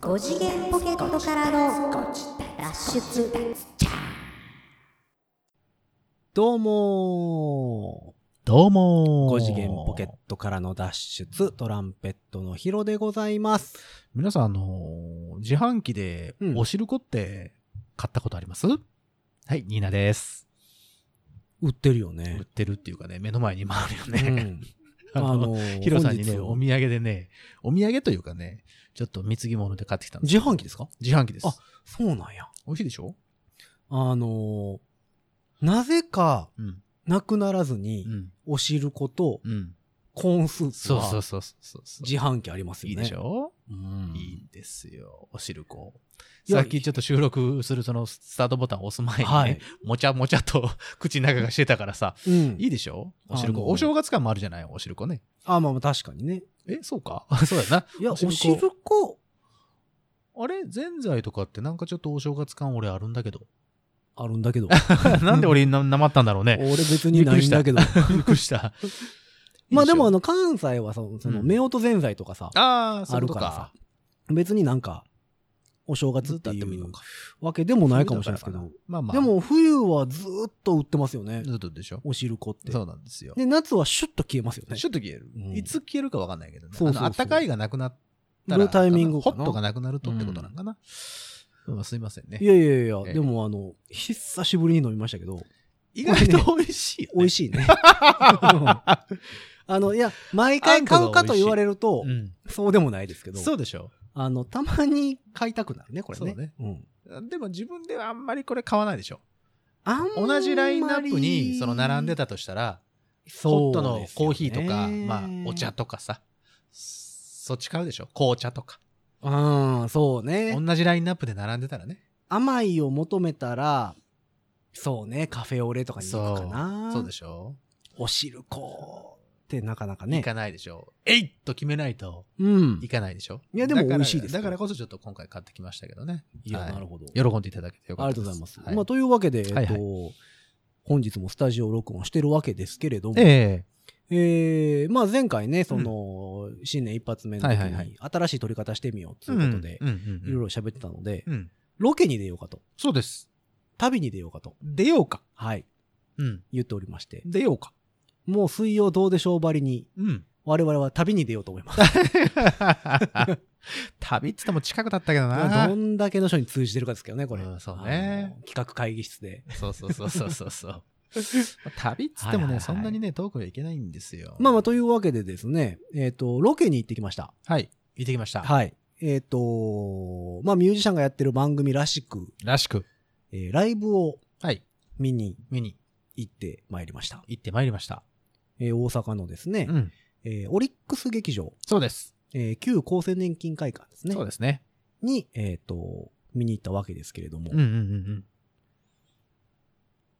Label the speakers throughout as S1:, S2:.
S1: 5次元ポケットからの脱出
S2: どうも
S3: どうも
S2: ー。
S3: ー
S2: 5次元ポケットからの脱出、トランペットのヒロでございます。
S3: 皆さん、あのー自販機で
S2: うん
S3: おしるこって買ったことあります、はい、ニーナです。
S2: 売ってるよ
S3: 売っ
S2: ね。
S3: てるっていうかね、目の前に回るよ
S2: う
S3: ね。
S2: ん
S3: あの、
S2: ー
S3: ヒロさんにね、お
S2: 本
S3: 土
S2: 日
S3: 産でね、お土産というかね、ちょっと貢ぎ物で買ってきたんです。
S2: 自販機ですか
S3: 自販機です。
S2: あそうなんや。
S3: 美味しいでしょ
S2: あのーなぜか、
S3: うん。
S2: なくならずに
S3: う、ん。
S2: おしること、
S3: うん。
S2: コーンスープ
S3: そうそう
S2: は
S3: そうそうそう。
S2: 自販機ありますよ
S3: いい
S2: ね。
S3: でしょ、
S2: うん
S3: いいんですよ。おしるこ。
S2: いや
S3: さっきちょっと収録するそのスタートボタンを押す前にね、
S2: はい
S3: もちゃもちゃと 口の中がしてたからさ、
S2: うん
S3: いいでしょおしる
S2: あ
S3: こ。
S2: の
S3: お正月感もあるじゃないおしるこね。
S2: あ、まあまあ確かにね。
S3: え、そうか そうだ
S2: いや、
S3: お
S2: お
S3: しるこ
S2: しるこ、
S3: な。あれぜんざいとかってなんかちょっとお正月感俺あるんだけど。
S2: あるん だけど。
S3: なんで俺な、なまったんだろうね。
S2: 俺別にないんだけど。
S3: びっくりした。
S2: まあでもあ
S3: の、
S2: の関西はその、その、
S3: うん
S2: 夫婦ぜんざいとかさ、
S3: ああ、そうい
S2: あ
S3: う
S2: る
S3: こと
S2: か
S3: から
S2: さ、別になんか、お正月
S3: ず
S2: っ
S3: ってとやっ
S2: い
S3: てもいいの
S2: う
S3: か。
S2: わけでもないかもしれないですけど、
S3: まあまあ。
S2: で、も冬はずっと売ってますよね、
S3: ずっとでしょ
S2: おしるこって。
S3: そうなんですよ。
S2: で、夏はシュッと消えますよね
S3: ち。ょっと消える、
S2: うん
S3: いつ消えるかわかんないけどね。
S2: そうそうそう
S3: あの暖かいがなくなったら
S2: のタイミングか
S3: ホ
S2: な
S3: ットがなくなるとってことなんかな。うんすいませんね
S2: い。やいやいや、
S3: ええ
S2: でもあの、久しぶりに飲みましたけど、
S3: 意外と美味しいよ、ね。
S2: 美味
S3: し
S2: し
S3: い。
S2: いね。 あの、いや、毎回買うかと言われると、そうでもないですけど、
S3: そうでしょ
S2: あの、たまに買いたくなるね、これね。
S3: そうね
S2: うん。
S3: でも自分ではあんまりこれ買わないでしょ。
S2: あんまり
S3: 同じラインナップにその並んでたとしたら、ホットのコーヒーとか、まあお茶とかさ、そっち買うでしょ。紅茶とか。
S2: うん、そうね。
S3: 同じラインナップで並んでたらね。
S2: 甘いを求めたら、そうね、カフェオレとかに行くかな。
S3: そうでしょ。
S2: お汁粉ってなかなか
S3: 行
S2: ね。
S3: かないでしょ。えいっと決めないと。
S2: うん
S3: い。かないでしょ
S2: いやでも
S3: だから
S2: 美味しいですよ
S3: だからこそちょっと今回買ってきましたけどね。
S2: いや、
S3: はい
S2: なるほど。
S3: 喜んでいただけてよ
S2: あ
S3: かっ
S2: りがと
S3: た
S2: う
S3: です。
S2: ございます。
S3: はい
S2: まあ、というわけで、えっと、
S3: はいはい
S2: 本日もスタジオ録音してるわけですけれども、え
S3: え
S2: ーまあ、前回ね、その、新年一発目の時
S3: はいはいはい
S2: に、新しい撮り方してみよう
S3: え
S2: ということで、
S3: うんうんうん
S2: いろいろ喋ってたので、
S3: うん
S2: ロケに出ようかと、
S3: そうです。
S2: 旅に出ようかと、
S3: 出ようか。
S2: はい、
S3: うん。
S2: 言っておりまして、
S3: 出ようか。
S2: もう水曜どうでしょうばりに、
S3: うん。
S2: 我々は旅に出ようと思います。
S3: 旅っつっても近くだったけど
S2: まあ
S3: な
S2: ど。んだけの人に通じてるかですけどね、これ。
S3: うんそうね
S2: あの企画会議室で。
S3: そうそうそうそうそう そう。旅っつっても
S2: はいはいは
S3: ね、
S2: い
S3: そんなにね、遠くはいけないんですよ。
S2: まあまあ、というわけでですね、えっ、と、ロケに行ってきました。
S3: はい。行ってきました。
S2: はい。えっ、と、まあ、ミュージシャンがやってる番組らしく、
S3: らしく。
S2: えーライブを
S3: はい。
S2: 見に
S3: 見に
S2: 行ってまいりました。
S3: 行ってまいりました。
S2: えー大阪のですね、
S3: ん。
S2: えーオリックス劇場、
S3: そうです。
S2: えー旧厚生年金会館ですね
S3: そう。ですね。
S2: に、えっ、と、見に行ったわけですけれども、
S3: うんうんうんうん。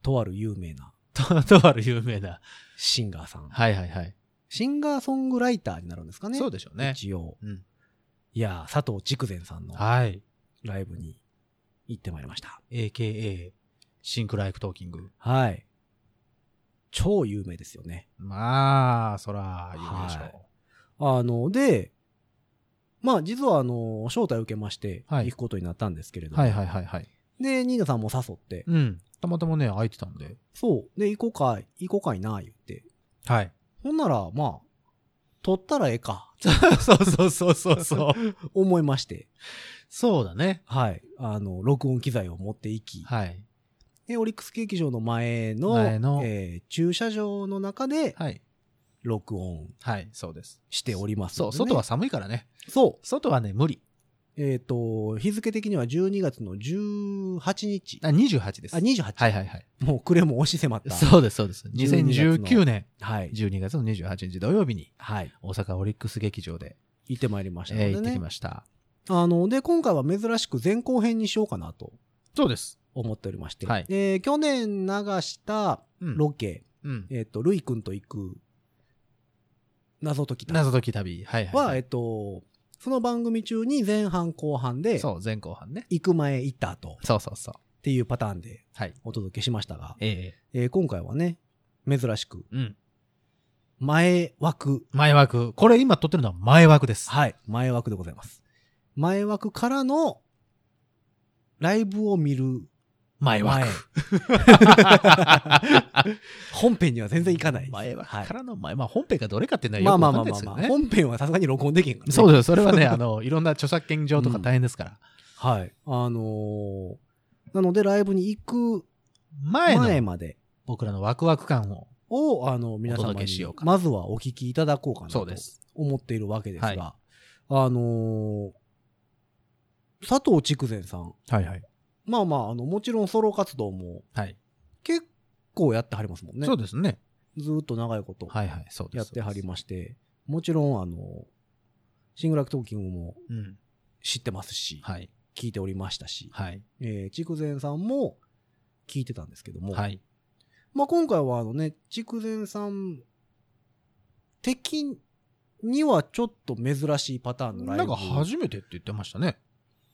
S2: とある有名な
S3: と、と ある有名な。
S2: シンガーさん。
S3: はいはいはい。
S2: シンガーソングライターになるんですかね。
S3: そうでしょうね。
S2: 一応。
S3: うん
S2: いやー、佐藤筑前さんの
S3: はい。
S2: ライブに行ってまいりました。
S3: AKA、シンクライクトーキング。
S2: はい。超有名ですよね。
S3: まあ、そら、有名でし
S2: はい
S3: ょ
S2: あの、で、まあ実はあの、招待を受けまして、
S3: はい
S2: 行くことになったんですけれど
S3: う。
S2: も、
S3: はいはいはいはい。
S2: で、ニーナさんも誘って、
S3: うん。たまたまね、空いてたんで。
S2: そう、で、行こうか、行こうかいな、言って。
S3: はい。
S2: ほんなら、まあ、撮ったらええか、
S3: そうそうそうそうそう。
S2: 思いまして、
S3: そうだね。
S2: はい、あの、録音機材を持って行き、
S3: はい。
S2: で、オリックス劇場の前の、
S3: 前の
S2: えー駐車場の中で
S3: はい。
S2: 録音
S3: はい、そうです。
S2: しております
S3: そ
S2: の
S3: う、
S2: でね、
S3: 外は寒いからね。
S2: そ
S3: 外はね、無理。
S2: う。えっ、と、日付的には12月の18日
S3: あ、。28です。
S2: あ、28。
S3: はいはいはい。
S2: もう暮れも押し迫った。
S3: そうです、そうです。
S2: 12
S3: 2019年
S2: はい。
S3: 12月の28日土曜日に、
S2: はい。
S3: 大阪オリックス劇場で、
S2: 行ってまいりましたの
S3: えー行
S2: で
S3: って
S2: ね。
S3: きました。
S2: あの、で、今回は珍しく前後編にしようかなと
S3: そうです。
S2: 思っておりまして。
S3: はい
S2: えー去年流した
S3: うん。
S2: ロケ、
S3: うん。
S2: えっ、と、ルイ君と行く謎解き旅は、
S3: 謎解き旅。はいはい、
S2: えっ、と、その番組中に前半後半で、
S3: そう、前後半ね。
S2: 行く前行った後っ
S3: そうそうそう。
S2: ていうパターンで
S3: はい。
S2: お届けしましたが、
S3: ええ
S2: えー今回はね、珍しく
S3: うん。
S2: 前枠。
S3: 前枠。これ今撮ってるのは前枠です。
S2: はい。前枠でございます。前枠からの、ライブを見る
S3: 前枠。
S2: 本編には 全然いかない。
S3: 前枠
S2: はい
S3: からの前。まあ本編がどれかっていうのは
S2: ま
S3: よ
S2: あ
S3: く
S2: ま
S3: わ
S2: あ
S3: か
S2: ま
S3: ん
S2: あまあま
S3: ないですけど
S2: あ、
S3: ね。
S2: 本編はさすがに録音できんから、ね。
S3: そううです。それは ね、あの、いろんな著作権上とか大変ですから。
S2: はい。あのーなのでライブに行く
S3: 前
S2: 前
S3: の
S2: まで
S3: 僕らのワクワク感を。
S2: を、あの、皆
S3: お
S2: 様
S3: 届けし
S2: に
S3: よう、か
S2: まずはお聞きいただこうかな
S3: そ
S2: と
S3: うです
S2: 思っているわけです
S3: は
S2: が、あのー佐藤筑前さん、
S3: はいはい。
S2: まあまあ、あの、もちろんソロ活動も
S3: はい。
S2: 結構やってはりますもんね。
S3: そうですね。
S2: ずーっと長いこと
S3: はいはい。そうです。
S2: やってはり
S3: ま
S2: まして、もちろん、あの、シングラクトーキングも
S3: す。うん。
S2: 知ってますし、
S3: はい。
S2: 聞いておりましたし、
S3: はい。
S2: えー、筑前さんも聞いてたんですけども、
S3: はい。
S2: まあ今回はあのね、筑前さん的にはちょっと珍しいパターンのラ
S3: な
S2: イ
S3: んか
S2: ブ
S3: 初めてって言ってましたね。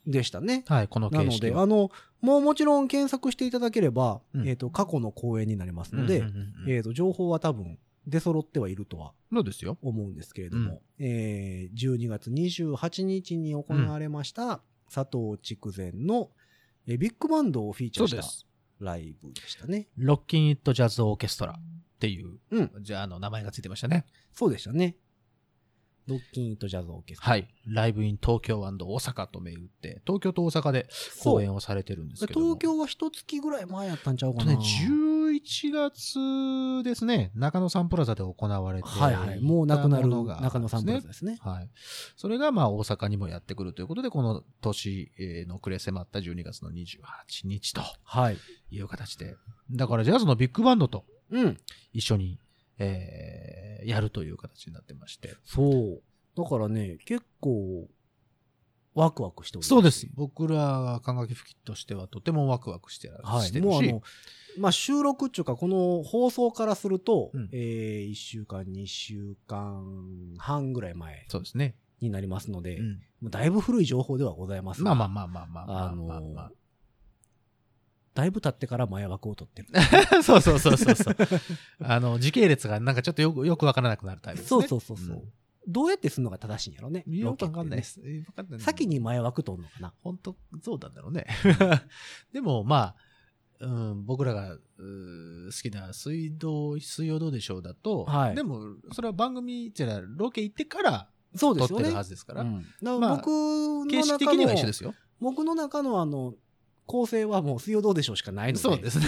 S2: でしたね。
S3: はい、この
S2: な
S3: 形
S2: の
S3: 式
S2: で、
S3: は。
S2: あの、もうもちろん検索していただければ、
S3: うん
S2: えっ、と、過去の公演になりますので、
S3: うんうんうんうん
S2: えっ、と、情報は多分出揃ってはいるとは
S3: そうですよ。
S2: 思うんですけれども、えー12月28日に行われました、佐藤筑前のえビッグバンドをフィーチャ
S3: そう
S2: ーし
S3: で
S2: た
S3: す。
S2: ライブでしたね。
S3: ロッキン・イット・ジャズ・オーケストラっていう、
S2: うん、
S3: じゃあ、あの、名前がついてましたね。
S2: そうでしたね。ロッキンイットジャズオーケストラ。
S3: はい。ライブ・イン・東京大阪と銘打って、東京と大阪で
S2: そ
S3: 公
S2: う
S3: 演をされてるんですけども
S2: 東京は一月ぐらい前やったんちゃう
S3: えっ
S2: か
S3: と
S2: な。
S3: ね、11月ですね、中野サンプラザで行われて
S2: はいはい。もうなくなる
S3: いたものが
S2: 中野サンプラザですね。
S3: はい。それがまあ大阪にもやってくるということで、この年えーの暮れ迫った12月の28日と
S2: はい。
S3: いう形で。だからジャズのビッグバンドと
S2: うん。
S3: 一緒に、えーやるという形になってまして。
S2: そう。だからね、結構、ワクワクしております。
S3: そうです。。僕ら管楽器吹きとしてはとてもワクワクして,、
S2: は
S3: して
S2: い。
S3: る
S2: もうあ
S3: し、
S2: の、まあ、収録っていうか、この放送からすると、
S3: うん
S2: えー、1週間、2週間半ぐらい前
S3: そうですね。
S2: になりますので、
S3: う
S2: も
S3: ん
S2: うだいぶ古い情報ではございますが
S3: まあまあまあまあまあまあ
S2: あのー
S3: まあまあ
S2: だいぶ経ってから前枠を取ってる。
S3: そう そうそうそうそう。あの、時系列がなんかちょっとよく、よくわからなくなるタイプです
S2: そ
S3: ね。
S2: うそうそうそう、どうやってするのが正しいんやろね。
S3: うん。よくわかんない
S2: ロケって
S3: です。えわかんな
S2: ね
S3: い
S2: 先に前枠取るのかな。
S3: 本当、そうなんだろうね。でも、まあ、うん、僕らがうー好きな水道、水曜どうでしょうだと、
S2: はい
S3: でも、それは番組じゃロケ行ってから
S2: そうで
S3: 撮っ
S2: すよ
S3: て
S2: ね。
S3: るはずですから、
S2: うんだから
S3: まあ
S2: 僕の中の、
S3: 形式的には一緒ですよ。
S2: 僕の中のあの、構成はもう水曜どうでしょうしかないので。
S3: そうですね。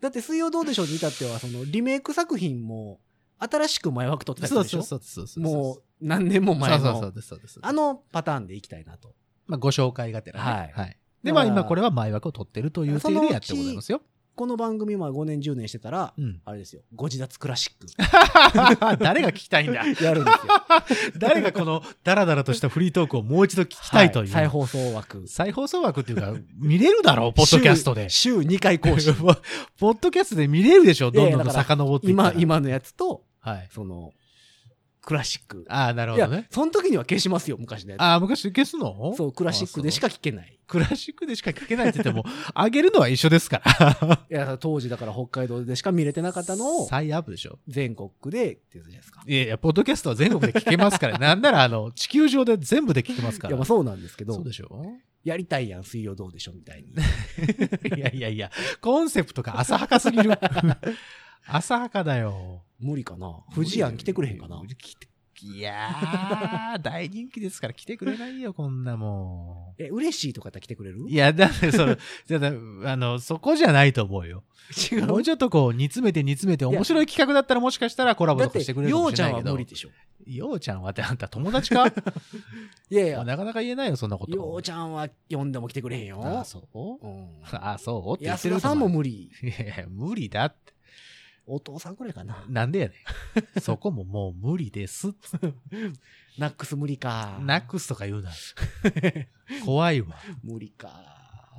S2: だって水曜どうでしょうに至っては、そのリメイク作品も、新しく前枠取ってたり
S3: そ
S2: する
S3: う
S2: でし
S3: そう
S2: ょ
S3: そうそうそう。
S2: もう何年も
S3: う
S2: 前
S3: そうそうそう
S2: の、
S3: ですそうです。
S2: あのパターンでいきたいなと。
S3: まあ、ご紹介がてら、ね。
S2: はい
S3: で、まあ
S2: だから
S3: 今これは前枠を取ってるという手でやってございますよ。
S2: この番組は5年10年してたら、
S3: うん。
S2: あれですよ、ご自立クラシック
S3: 誰が聞きたいん だ
S2: やるんですよ。
S3: 誰がこのダラダラとしたフリートークをもう 一度聞きたいという。
S2: は再放送枠。
S3: 再放送枠っていうか、見れるだ ろう、ポッドキャストで。
S2: 週週2回更 新。
S3: ポッドキャストで見れるでしょ、どんど
S2: いやいや
S3: ん
S2: だから
S3: 遡っていったら
S2: 今、。今のやつと、
S3: はい。
S2: その、クラシック。
S3: ああ、なる
S2: い
S3: ほど
S2: や
S3: ね、。
S2: その時には消しますよ、昔のや
S3: ああ、昔消すの
S2: つ。そう、クラシックでし。
S3: あ
S2: か聞けない。
S3: そうクラシックでしか聞けないって言っても、 上げるのは一緒ですから。
S2: いや、当時だから北海道でしか見れてなかったのを、
S3: 再アップでしょ。
S2: 全国でってやつじゃないですか。
S3: いやいや、ポッドキャストは全国で聞けます から。なんなら、あの、地球上で全部で聞けますか
S2: い
S3: ら。
S2: や、まあそうなんですけ
S3: そ
S2: ど
S3: う、でしょ
S2: やりたいやん、水曜どうでしょうみたい に。
S3: いやいやいや、コンセプトが浅はかす ぎる。浅はかだよ。
S2: 無理かな。富士庵来てくれへんかな。
S3: 来ていやー、大人気ですから来てくれないよ、こんなも
S2: え、嬉しいとかやって来てくれる
S3: ん。いや、だって その、じゃああの、そこじゃないと思うよ。
S2: 違
S3: もう
S2: う。
S3: ちょっとこう、煮詰めて煮詰めて、面白い企画だったらもしかしたらコラボ
S2: だ
S3: と
S2: っ
S3: か
S2: て、
S3: してくれるか
S2: よ
S3: も
S2: う
S3: し
S2: ち
S3: れ
S2: ゃ
S3: なんい
S2: は
S3: けど
S2: 無理。でしょ。
S3: ようちゃんはってあんた友達か
S2: いやいや、
S3: なかなか言えないよ、そんなこと。
S2: ようちゃんは呼んでも来てくれへん
S3: あ、
S2: よ。
S3: そう
S2: うん。
S3: あ、そうって言って
S2: 安
S3: る
S2: 田
S3: と
S2: さん
S3: 思
S2: も
S3: う
S2: 無理。
S3: いやいや、無理だって。
S2: お父さんくらいかな。
S3: なんでやねん。そこももう無理です。
S2: ナックス無理か。
S3: ナックスとか言う な。怖いわ。
S2: 無理か。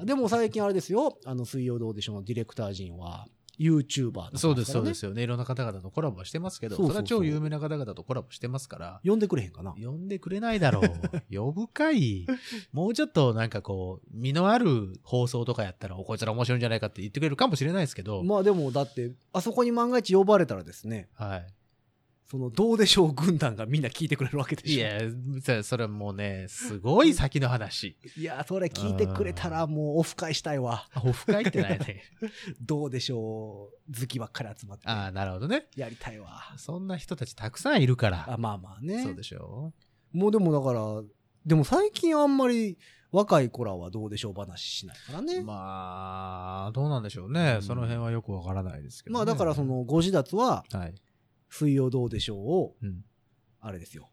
S2: でも最近あれですよ、あの、水曜どうでしょうのディレクター陣は、 YouTuber とか
S3: そうです、そうですすよね。いろんな方々とコラボはしてますけど、
S2: そ
S3: そうれ
S2: そうそう
S3: は超有名な方々とコラボしてますから
S2: か、ら。呼んでくれへんかな。
S3: 呼んでくれないだろう。 呼ぶかい。もうちょっとなんかこう、身のある放送とかやったら、おこいつら面白いんじゃないかって言ってくれるかもしれないですけど、
S2: まあでもだってあそこに万が一呼ばれたらですね
S3: はい。
S2: そのどうでしょう軍団がみんな聞いてくれるわけでしょ
S3: いや、そそれはもうね、すごい先の話。
S2: いやそれ聞いてくれたらもうオフ会したいわ
S3: オフ会ってないね。
S2: どうでしょう好きばっかり集まって
S3: ああ、なるほどね。
S2: やりたいわ
S3: そんな人たちたくさんいるから。
S2: あまあまあね
S3: そうでしょ
S2: もうでもだからでも最近あんまり若い子らはどうでしょう話しないからね、まあ
S3: まあ、どうなんでしょうね。
S2: うん
S3: その辺はよくわからないですけど、ね。
S2: だからそ、のご自立は
S3: はい。
S2: 「水曜どうでしょう」を
S3: うん。
S2: あれですよ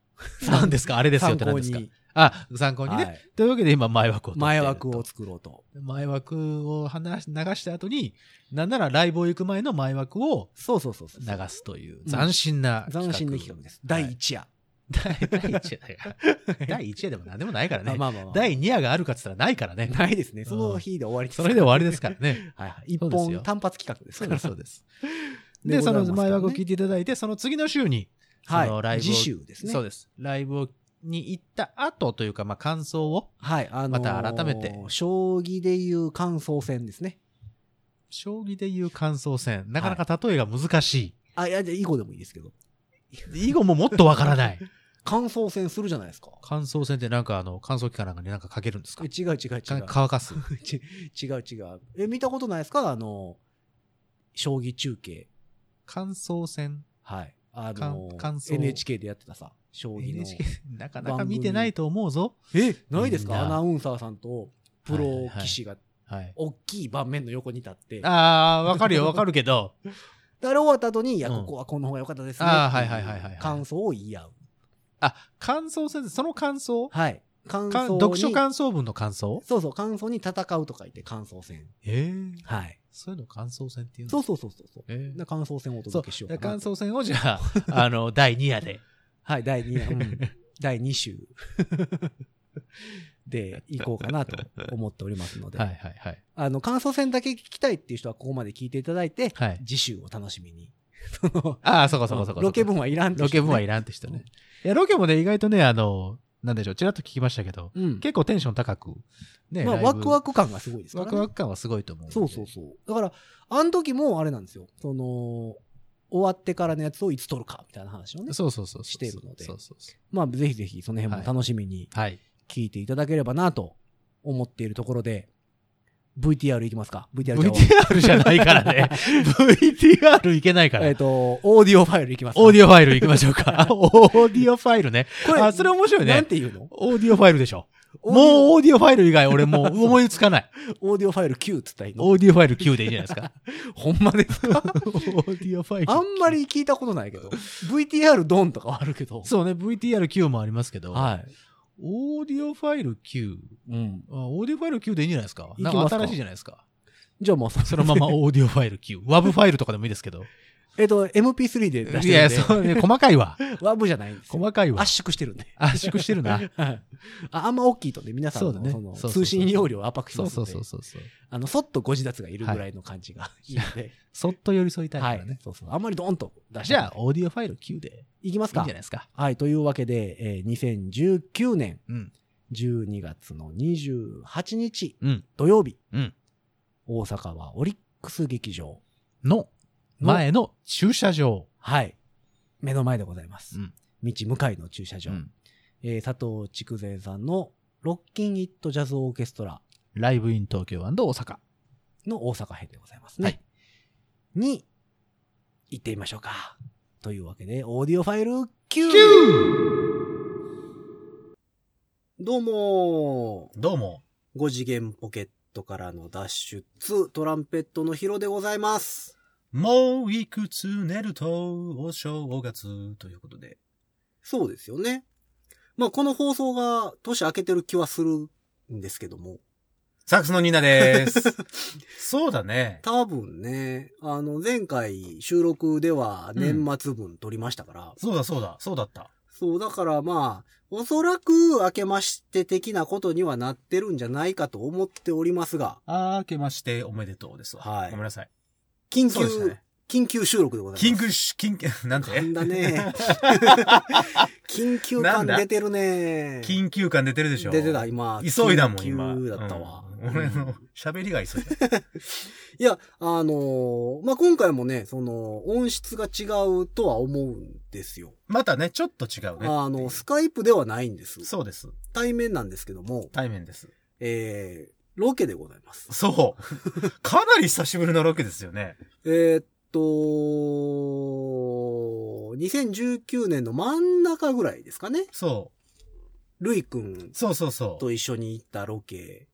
S3: 何ですかあれですよっ
S2: 参
S3: て何
S2: 考
S3: ですか
S2: に、
S3: あ、参考にね。
S2: はい
S3: というわけで今、前枠を撮ってると。
S2: 前枠を作ろうと
S3: 前枠を話し流した後に、なんならライブを行く前の前枠を
S2: そうそうそうそう
S3: 流すとい
S2: う
S3: う
S2: ん
S3: 斬新な企画、
S2: 斬新な企画です第
S3: はい
S2: 1夜、
S3: 第第一夜。 第一夜でも何でもないからね。
S2: まあまあまあ
S3: 第2夜があるかって言ったらないからね。
S2: ないですね。その日で終わりです。
S3: それで終わりですからね。
S2: はいはい。一
S3: そうです
S2: 本
S3: よ
S2: 単発企画です
S3: そ
S2: か
S3: う
S2: ら
S3: です、。そうです。
S2: で
S3: で、
S2: ござい
S3: そ
S2: ま
S3: の
S2: すからね
S3: 前枠を聞いていただいて、その次の週に、その
S2: は
S3: ラ
S2: い。
S3: イブ
S2: 次
S3: を
S2: 週ですね。
S3: そうです。ライブをに行った後というか、まあ感想を、
S2: はい。あのー
S3: また改めて
S2: 将棋でいう感想戦ですね。
S3: 将棋でいう感想戦、なかなか例えが難し
S2: あ、いや、じゃあ囲碁でもいいですけど。
S3: い。以後ももっとわから ない。
S2: 感想戦するじゃないですか。
S3: 乾燥戦ってなんかあの、乾燥機かなんかになんかかけるんですか
S2: え違う違う違
S3: か
S2: う。
S3: 乾かす。
S2: ち違う違う。え、見たことないですかあのー、将棋中継。
S3: 乾燥戦
S2: はい。あ
S3: か
S2: の
S3: ん
S2: ー、
S3: 感想
S2: NHK でやってたさ、将棋の。
S3: NHK、な かなか見てないと思うぞ。
S2: え、ないですか
S3: み
S2: ア
S3: んな
S2: ナウンサーさんと、プ
S3: はいはい
S2: ロ
S3: はい
S2: 棋士が
S3: はい。
S2: 大きい盤面の横に立って、
S3: ああ、わかる よ、わかるけど。
S2: であれ終わった後に、いや、
S3: うん
S2: ここはこの方が良かったですね。
S3: あー
S2: ってう
S3: はいはいはいはいはい
S2: 感想を言い合う。
S3: あ、乾燥戦その感想
S2: はい。感
S3: か
S2: 想に。
S3: 読書感想文の感想
S2: そうそう、感想に戦うとか言って感想戦。
S3: ええ
S2: はい。
S3: そういうの感想戦っていうの
S2: そうそうそうそうそう。
S3: ええ
S2: な感想戦をお
S3: そう
S2: 届けしよう
S3: だ
S2: か
S3: から
S2: な
S3: 感。想戦をじゃ あ、あの、第2夜で。
S2: はい、第2夜、うん 第2週でいこうか なと思っておりますので、
S3: はいはいはい。
S2: あの、感想戦だけ聞きたいっていう人はここまで聞いていただいて、
S3: はい。
S2: 次週を楽しみに。その
S3: ああ、そうかそうかそうか。
S2: ロケ分はいらん
S3: ロケ分はいいらんって人ね。いや、ロケもね、意外とね、あの、なんでしょう、ちらっと聞きましたけど、
S2: らん。うん。
S3: 結構テンション高く、ね、
S2: まあ、
S3: ライブ
S2: ワクワク感がすごいですからね
S3: ワクワク感はすごいと思う。
S2: そうそう。そう。だから、あの時もあれなんですよ。その、終わってからのやつをいつ撮るかみたいな話をね。
S3: そうそうそうそう。
S2: してるので
S3: そうそうそう。
S2: まあ、ぜひぜひその辺も楽しみに
S3: はい。
S2: 聞いていただければなと思っているところで、VTR いきますか ?VTR ちゃうわ
S3: VTR じゃないから ね。VTR いけないから。
S2: えっと、オーディオファイルいきますか
S3: オーディオファイル行きましょ うか。オーディオファイルね。
S2: これ
S3: あ、それ面白い
S2: なん
S3: ね。
S2: て言うの
S3: オーディオファイルでしょ。
S2: オーディオ
S3: もうオーディオファイル以外俺 もう思いつかない。
S2: オーディオファイル Q っつったらいいの
S3: オーディオファイル Q でいいじゃないですか。
S2: ほんまですか
S3: オーディオファイル。
S2: あんまり聞いたことないけど、VTR ドンとかはあるけど。
S3: そうね、VTR9 もありますけど、
S2: は
S3: オーディオファイル 9?
S2: い。うん。
S3: あオーディオファイル9でいいんじゃないですか
S2: いき
S3: な
S2: ま
S3: ん
S2: すか
S3: か新しいじゃないですか。
S2: じゃあもうそ
S3: そのままオー ディオファイル9。WAV ファイルとかでもいいですけど。
S2: えっと、MP3 で出して
S3: い
S2: るん
S3: や、
S2: で。
S3: そうね、細かいわ。
S2: WAV じゃないんですよ
S3: 細かいわ。
S2: 圧縮してるんで。
S3: 圧縮してるな。
S2: はい ああんま大きいとね、皆さん
S3: そ
S2: の
S3: うだね
S2: その
S3: そうそうそう
S2: 通信容量を圧迫し
S3: そ
S2: ま
S3: う
S2: す
S3: そ
S2: の
S3: う
S2: で、
S3: そうそうそう。
S2: あのそっとご自立がいるぐらいの感じがいいので、
S3: そっと寄り添いたいか
S2: はい
S3: らね。
S2: そうそうあんまりドンと出して
S3: じゃあ、オーディオファイル9でいいん
S2: いきます
S3: じゃ
S2: か
S3: ないですか。
S2: はい、というわけで、えー2019年
S3: うん。
S2: 12月の28日
S3: うん。
S2: 土曜日、
S3: うん
S2: 大阪はオリックス劇場
S3: の
S2: の、
S3: 前の駐車場。
S2: はい、目の前でございます。
S3: うん
S2: 道向かいの駐車場、
S3: うん
S2: えー佐藤筑前さんのロッキン・イット・ジャズ・オーケストラ
S3: ライブイン東京大阪。
S2: の大阪編でございますね。
S3: はい
S2: に、行ってみましょうか。というわけで、オーディオファイル Q! どうも
S3: どうも。
S2: ー、5次元ポケットからの脱出、トランペットのヒロでございます。
S3: もういくつ寝るとお正月ということで。
S2: そうですよね。まあ、この放送が年明けてる気はするんですけども、
S3: サックスのニーナです。 そうだね。
S2: 多分ね、あの、前回収録では年末分撮りましたから、
S3: そうだそうだ、そうだった。
S2: そう、だからまあ、おそらく明けまして的なことにはなってるんじゃないかと思っておりますが、
S3: あー、明けましておめでとうですわ。
S2: はい
S3: ごめんなさい。
S2: 緊
S3: そうでした
S2: 急、
S3: ね。
S2: 緊急収録でござい
S3: 緊
S2: ます。
S3: 急し、緊急、なん
S2: 噛ん
S3: て
S2: だね。 緊急
S3: なん
S2: 感
S3: だ
S2: 出てるね。
S3: 緊急感出てるでしょ
S2: 出てた、今。
S3: 急いだもん、今。
S2: 緊急だったわ。
S3: うん俺の喋りが急いだ。
S2: いや、あのーまあ、今回もね、その、音質が違うとは思うんですよ。
S3: またね、ちょっと違うね。
S2: あの、スカイプではないんです。
S3: そうです。
S2: 対面なんですけども、
S3: 対面です。
S2: えー、ロケでございます。
S3: そう。かなり久しぶりのロケですよね。
S2: えーっと、2019年の真ん中ぐらいですかね。
S3: そ
S2: ルイ君
S3: う。そうそうそう。
S2: と一緒に行ったロケ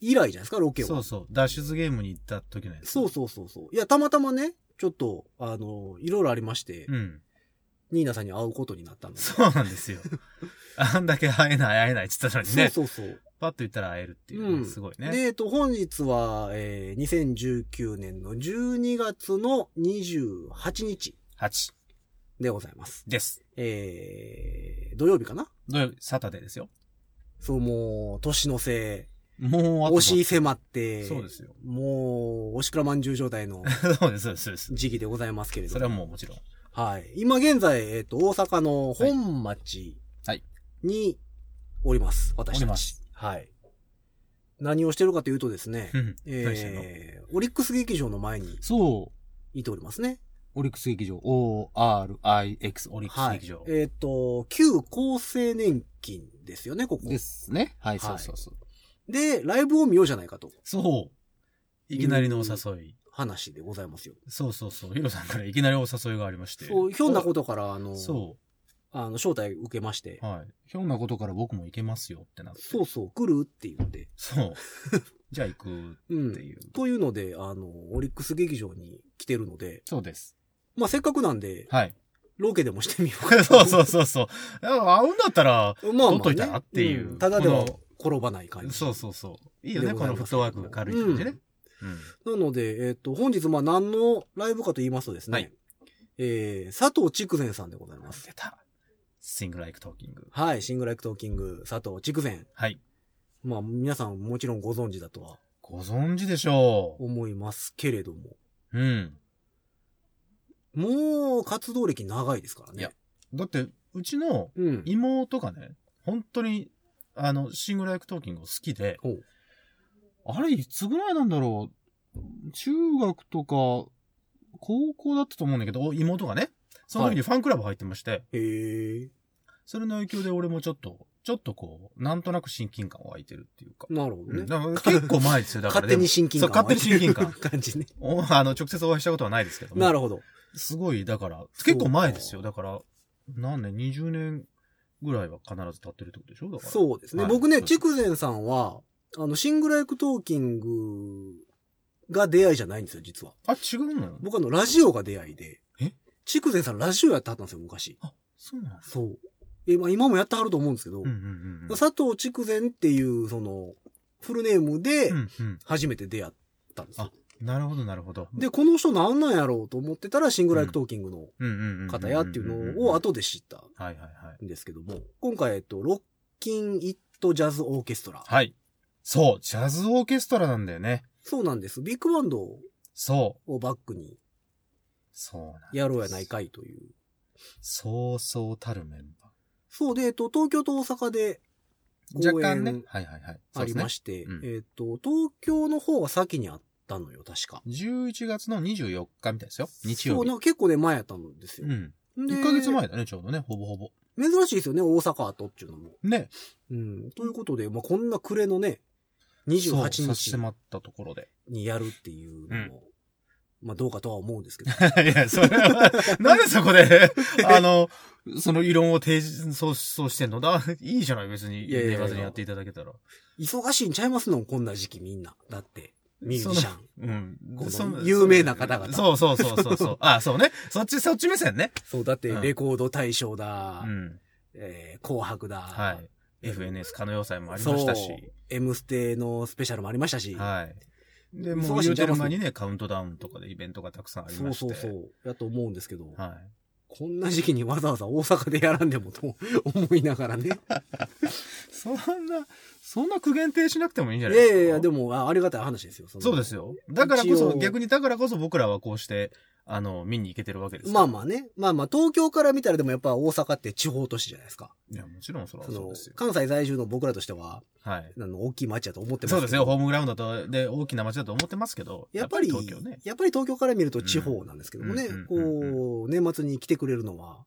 S2: 以来じゃないですか、ロケは。
S3: そうそう。脱出ゲームに行った時のやつ。
S2: そうそうそうそう。いや、たまたまね、ちょっと、あの、いろいろありまして、
S3: うん。
S2: ニーナさんに会うことになったんで。
S3: そうなんですよ。あんだけ会えない会えないって言ってたのにね。
S2: そうそうそう。
S3: パッと言ったら会えるっていうう。
S2: ん
S3: すごいね。
S2: で、えっと、本日は、えー、2019年の12月の28日
S3: 8
S2: でございます。
S3: です。
S2: えー、土曜日かな
S3: 土曜日、サタデーですよ。
S2: そう、もう、年のせ
S3: もう
S2: い、
S3: あと
S2: 押し迫って、
S3: そうですよ。
S2: もう、おしくらまんじゅう状態の
S3: そうです、そうです、そうで す。
S2: 時期でございますけれど
S3: それはもうもちろん。
S2: はい。今現在、えっ、と、大阪の本町
S3: はい
S2: におります。私
S3: おり
S2: た
S3: ま
S2: ち
S3: す。
S2: はい。何をしてるかというとですね、
S3: うん何してんの
S2: えー、オリックス劇場の前に
S4: そう。
S2: いておりますね。
S4: オリックス劇場。ORIX オリックス劇場。
S2: はい。えっ、と、旧厚生年金ですよね、ここ。
S4: ですね。はい、
S2: は
S4: そ
S2: いう
S4: そうそう。
S2: で、ライブを見ようじゃないかと。
S3: そう。いきなりのお誘い。
S2: 話でございますよ。
S3: そうそうそう。ヒロさんからいきなりお誘いがありまして。
S2: そう、ひょんなことから、あの、
S3: そ
S2: あの、招待受けまして
S3: う。、はい。ひょんなことから僕も行けますよってなって。
S2: そうそう、来るって言って。
S3: そう。 じゃあ行くっ
S2: うん
S3: て。いう。
S2: というので、あの、オリックス劇場に来てるので、
S3: そうです。
S2: まあ、せっかくなんで、
S3: はい。
S2: ロケでもしてみようかな。
S3: そうそうそうそう。会うんだったら、
S2: う。まあまあ、ね、
S3: 取っといたらっていうん
S2: ただでは
S3: この
S2: 転ばない感じ。
S3: そうそうそう。いいよね、
S2: でご
S3: こ
S2: ざい
S3: の
S2: ます
S3: フットワークが軽い感じね。うん。
S2: なので、えっ、と、本日、まあ、何のライブかと言いますとですね、
S3: はい
S2: えー、佐藤筑前さんでございます。
S3: 出た。シングライクトーキング。
S2: はい、シングライクトーキング、佐藤筑前。
S3: はい。
S2: まあ、皆さんもちろんご存知だとは
S3: ご存知でしょ
S2: 思いますけれども、
S3: う。うん。
S2: もう活動歴長いですからね。
S3: いやだって、うちの
S2: うん。
S3: 妹がね、本当に、あの、シングライクトーキングを好きで
S2: ほう、
S3: あれ、いつぐらいなんだろう。中学とか、高校だったと思うんだけど、お妹がね、その時にファンクラブ入ってまして、
S2: へえ、
S3: それの影響で俺もちょっと、ちょっとこう、なんとなく親近感湧いてるっていうか。
S2: なるほど
S3: う
S2: ね。
S3: んだから結構前ですよ、だから
S2: 勝
S3: で
S2: 手
S3: も
S2: に親近感
S3: そう勝手に親近感
S2: 湧いてる 感じね。
S3: おあの、直接お会いしたことはないですけども。
S2: なるほど。
S3: すごい、だから、結構前ですよ。だから、何年 ?20 年ぐらいは必ず経ってるってことでしょだから。
S2: そうですね。
S3: はい
S2: 僕ね、
S3: そうそう
S2: 筑前さんは、あの、シングライクトーキングが出会いじゃないんですよ、実は。
S3: あ、違うの
S2: 僕あの、ラジオが出会いで。
S3: え
S2: 筑前さんラジオやってはったんですよ、昔。
S3: あ、そうなの
S2: そう。え、まあ今もやってはると思うんですけど、
S3: うんうんうん。
S2: 佐藤筑前っていう、その、フルネームで
S3: う、んうん。
S2: 初めて出会ったんですよ。
S3: なるほど、なるほど。
S2: で、この人なんなんやろうと思ってたら、シングライクトーキングの
S3: うんうんうん。
S2: 方やっていうのを
S3: あと。
S2: 後で知った
S3: はいはいはい。
S2: んですけども、今回、えっと、ロッキン・イット・ジャズ・オーケストラ。
S3: はい。そう、ジャズオーケストラなんだよね。
S2: そうなんです。ビッグバンドを
S3: そう。
S2: バックに
S3: そうなんです
S2: やろうやない。かいという。
S3: そうそうたるメンバ
S2: そうで、えっと、東京と大阪で
S3: ー。
S2: 公
S3: 若干ね
S2: 演。
S3: はいはいはい。
S2: ありま
S3: し
S2: して、
S3: そうですね
S2: えっと、東京の方が先にあったのよ、確か。
S3: た。11月の24日みたいですよ。日曜
S2: そう、
S3: 日
S2: な。んか結構ね、前やったんですよ
S3: う。ん。
S2: で
S3: 1ヶ月前だね、ちょうどね、ほぼほぼ。
S2: 珍しいですよね、大阪とっていうのも。
S3: ね。
S2: うん。ということで、まあ、こんな暮れのね、
S3: そう
S2: 28
S3: 差し
S2: 日
S3: 迫ったところで。
S2: にやるっていうのも、まあ、どうかとは思うんですけ ど。
S3: いや、それは、なんでそ こで、あの、その異論を提示、そう、そうしてんのだ、いいじゃない、別に、
S2: いやいやいや
S3: 言わずにやっていただけたら。
S2: 忙しいんちゃいますのこんな時期みんな。だって、ミュージシャン。
S3: うん
S2: この。
S3: そ
S2: 有名な方々
S3: そうそうそうそう そう。あ、そうね。そっち、そっち目線ね。
S2: そう、だって
S3: うん
S2: レコード大賞だ、
S3: うん。
S2: えー紅白だ、
S3: はい。FNS 可能要塞もあり
S2: そう
S3: ましたし。
S2: M ステのスペシャルもありましたし、
S3: はい。で、
S2: 忙しい
S3: もう言うてる間にね、カウントダウンとかでイベントがたくさんあり
S2: そ
S3: ま
S2: う
S3: して。
S2: そうそう、やと思うんですけど、
S3: は
S2: こんな時期にわざわざ大阪でやらんでもと思いながらね。
S3: そんな、そんな苦言停しなくてもいいんじ
S2: い
S3: ゃ
S2: や
S3: ないです
S2: い
S3: か。
S2: やいや、でもあありがたい話ですよ。その
S3: そうですよ。だからこ
S2: 一
S3: そ、
S2: 応
S3: 逆にだからこそ僕らはこうして、あの、見に行けてるわけですよ
S2: まあまあね。まあまあ、東京から見たらでもやっぱ大阪って地方都市じゃないですか。
S3: いや、もちろんそれは
S2: そ
S3: そう
S2: の
S3: ですよ。
S2: 関西在住の僕らとしては、
S3: はい。
S2: あの、大きい街だと思ってます
S3: そう
S2: け
S3: で
S2: ど
S3: すよ。ホームグラウンドと、で、大きな街だと思ってますけど、
S2: やっぱり、
S3: 東京ね。
S2: やっぱり東京から見ると地方なんですけどもね、
S3: うん
S2: こう、年末に来てくれるのは、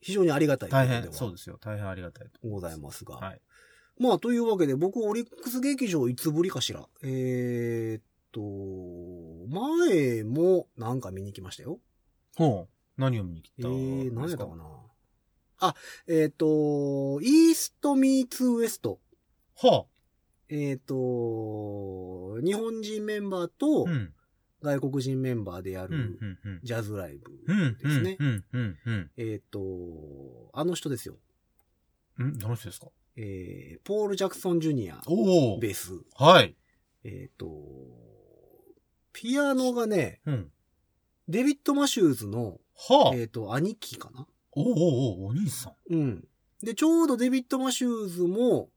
S2: 非常にありがたい
S3: 大
S2: こ
S3: 変、
S2: と
S3: そうですよ。大変ありがたいと。
S2: ございますが。
S3: はい。
S2: まあ、というわけで、僕、オリックス劇場いつぶりかしら。えーっと、前もなんか見に行きましたよ。
S3: ほう。何を見に来
S2: え
S3: た
S2: ー、何やったか
S3: な
S2: な。あ、えーっと、イーストミーツウエスト。
S3: は
S2: えーっと、日本人メンバーと
S3: あ。うん。
S2: 外国人メンバーでや
S3: うん。
S2: る
S3: うん。うん。
S2: ジャズライブ。
S3: うん。
S2: ですね
S3: うん。うん。うん。
S2: えーっと、あの人ですよ。
S3: うん。どの人ですか
S2: えー、ポール・ジャクソン・ジュニア、
S3: おお
S2: ベース。
S3: はい。
S2: えーっと、ピアノがね、
S3: うん。
S2: デビッド・マシューズの、
S3: はあ。
S2: えっ、と、兄貴かな
S3: おおおおお兄さん。
S2: うん。で、ちょうどデビッド・マシューズも、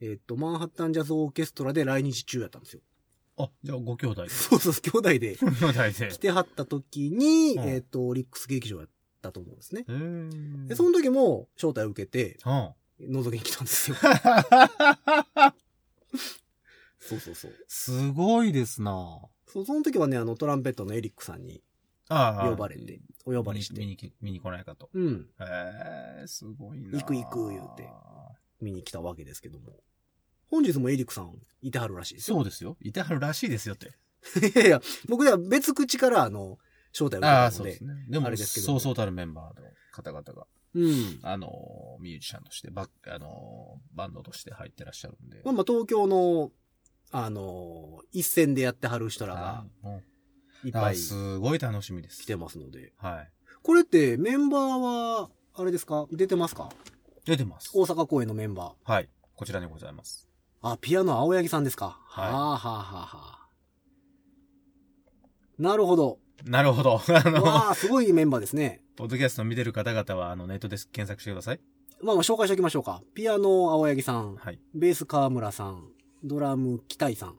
S2: えっ、と、マンハッタンジャズオーケストラで来日中やったんですよ。
S3: あ、じゃあご兄弟で。
S2: そうそう、兄弟で
S3: ご兄弟で
S2: 来。てはった時に、
S3: うん
S2: えっ、と、オリックス劇場やったと思うんですね。
S3: へー
S2: で、その時も招待を受けて、
S3: は。
S2: 覗きに来たんですよ
S3: あ
S2: そうそうそう。
S3: すごいですな
S2: そうその時はね、あの、トランペットのエリックさんに
S3: ああ。
S2: 呼ばれて、お呼ばれし
S3: 見
S2: て、
S3: に来見に来ないかと。
S2: うん、
S3: へえすごいな
S2: 行く行く言うて見に来たわけですけども。本日もエリックさんいてはるらしいですよ
S3: そうですよ。いてはるらしいですよって。
S2: いやいや、僕では別口からあの、招待を受け
S3: あ
S2: た
S3: あ、
S2: の
S3: そう
S2: で
S3: ですね。でも、
S2: あれですけど
S3: そうそうたるメンバーの方々が、
S2: うん。
S3: あの、ミュージシャンとして、バック、あの、バンドとして入ってらっしゃるんで。
S2: まあまあ東京の、あの、一線でやってはる人らが
S3: ああも
S2: いっ
S3: うあ
S2: ぱ
S3: あ
S2: い
S3: すごい楽しみです。
S2: 来てますので。
S3: はい。
S2: これってメンバーは、あれですか出てますか
S3: 出てます。
S2: 大阪公演のメンバー。
S3: はい。こちらでございます。
S2: あ、ピアノ青柳さんですか。
S3: は
S2: は
S3: い
S2: あ、はあはあはあ、なるほど。
S3: なるほど。あの、
S2: わあ、すごいメンバーですね。
S3: ポッドキャスト見てる方々は、あの、ネットで検索してください。
S2: まあまあ紹介しておきましょうか。ピアノ青柳さん。
S3: はい。
S2: ベース川村さん、ドラム北井さん、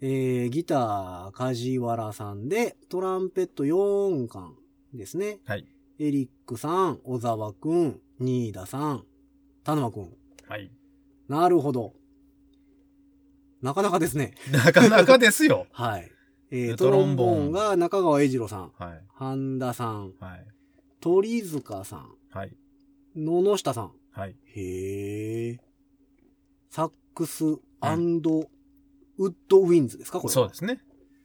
S2: えー、ギター梶原さんで、トランペット4巻ですね。
S3: はい。
S2: エリックさん、小沢くん、新田さん、田沼くん。
S3: はい。
S2: なるほど。なかなかですね。。
S3: なかなかですよ
S2: はい。えー、
S3: ト
S2: ト
S3: ロ
S2: ロ
S3: ン
S2: ン
S3: ボーン
S2: ボーンが中川栄二郎さん、
S3: はい。
S2: 半田さん、
S3: はい。
S2: 鳥塚さん、
S3: はい。
S2: 野々下さん。
S3: はい。
S2: へえ。サックスウッドウィンズですかこれ。
S3: そうですね。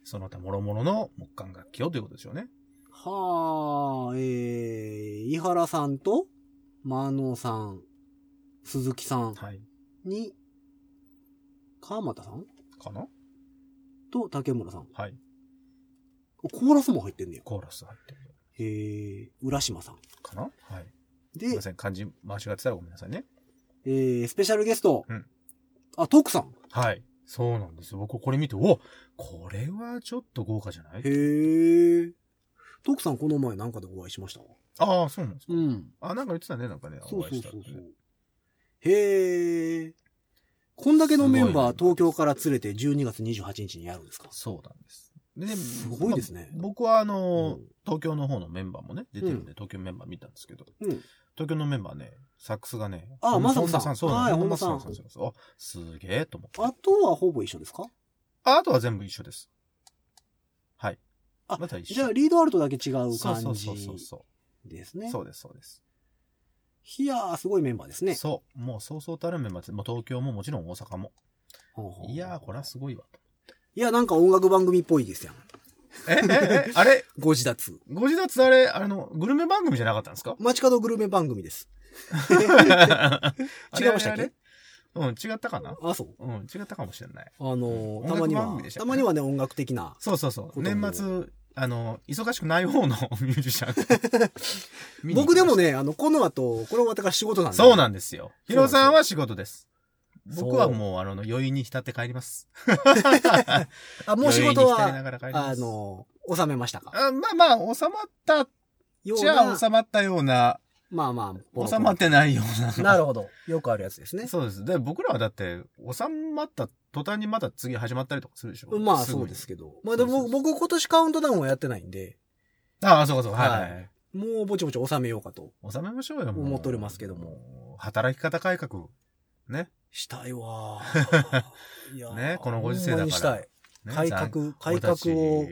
S3: その他諸々の木管楽器をということでしょうね。
S2: はあ、えー、伊原さんと、真野さん、鈴木さん
S3: はい。
S2: に、川又さん
S3: かな
S2: と竹村さん。
S3: はい。
S2: コーラスも入ってんねや。
S3: コーラス入ってる。
S2: へえ、浦島さん。
S3: かなはい。すい
S2: で
S3: ま、せん。漢字間違ってたらごめんなさいね。
S2: えー、スペシャルゲスト。
S3: うん
S2: あ、トークさん。
S3: はい。そうなんですよ。僕これ見て、おこれはちょっと豪華じゃな
S2: へ
S3: い
S2: え。トークさんこの前なんかでお会いしましたわ
S3: ああ、そうなんですか。
S2: うん。
S3: あ、なんか言ってたね、なんかね、
S2: そう
S3: お会
S2: そ
S3: いうした
S2: そ
S3: っ
S2: う
S3: て
S2: そ
S3: ね
S2: う。へえ。こんだけのメン
S3: すごい
S2: バ
S3: ね
S2: ー東京から連れて12月28日にやるんですか
S3: そうなんです。で、
S2: すごいですね
S3: まあ僕はあの、
S2: うん
S3: 東京の方のメンバーもね、出てるんで、
S2: うん
S3: 東京メンバー見たんですけど、
S2: うん
S3: 東京のメンバーね、サックスがね、
S2: あ
S3: 本
S2: まさこさん
S3: 本田そうなんです。
S2: はい
S3: 本田さん。
S2: 本田さ
S3: あ、すげえと思って。
S2: あとはほぼ一緒ですか
S3: ああとは全部一緒です。はい。
S2: あ
S3: また一緒。
S2: じゃあリードアルトだけ違う
S3: そうそ
S2: 感
S3: う
S2: じ
S3: そうそうそ
S2: です
S3: う、
S2: ね。
S3: そうです、そうです。
S2: いやー、すごいメンバーですね。
S3: そう。もうそうそうたるメンバーですもう東京ももちろん大阪も。
S2: ほうほう
S3: いやー、これはすごいわ。
S2: いや、なんか音楽番組っぽいですやん。
S3: え、え、え、あれ
S2: ご自立。
S3: ご自立あれ、あの、グルメ番組じゃなかったんですか
S2: 街角グルメ番組です。
S3: 違
S2: 違いましたっけ
S3: うん、違ったかな
S2: あ、そう。
S3: うん、違ったかもしれない。
S2: あの
S3: うん
S2: ー、たまに
S3: 音楽番
S2: は、
S3: 組でした
S2: た
S3: ね
S2: まにはね、音楽的な。
S3: そうそうそう。
S2: 子供
S3: 年末、あの、忙しくない方の ミュージシャン。見に行
S2: 僕
S3: きました
S2: でも。ね、あの、この後、これ終わってから仕事なんで。
S3: そう
S2: な
S3: なんですよ。ヒロさんは仕事です。
S2: そう
S3: 僕はもう、あの、余韻に浸って帰ります。
S2: あ、もう仕事
S3: 余韻に浸りな
S2: は、
S3: がら帰りま
S2: あ
S3: す。
S2: のー、収めましたか
S3: あまあまあ、収まった
S2: よう
S3: じゃ
S2: な
S3: あ、収まったような、
S2: まあまあボロボロ、
S3: 収まってないような。
S2: なるほど。よくあるやつですね。
S3: そうです。で、僕らはだって、収まった途端にまた次始まったりとかするでしょ
S2: まあそうです
S3: け
S2: けど。まあで
S3: そうそ
S2: も
S3: うそう
S2: 僕今年カウントダウンはやってないんで、
S3: ど。ああ、そうかそうか。はい、は
S2: はいもうぼちぼち収めようかと。
S3: 収めましょうよ、もう。
S2: 思っておりますけども
S3: もう。働き方改革。ね。
S2: したい わいや
S3: ねこのご時世だ
S2: ほん
S3: から
S2: まにしたい。
S3: ね
S2: 改
S3: 残
S2: 革、改革を
S3: 俺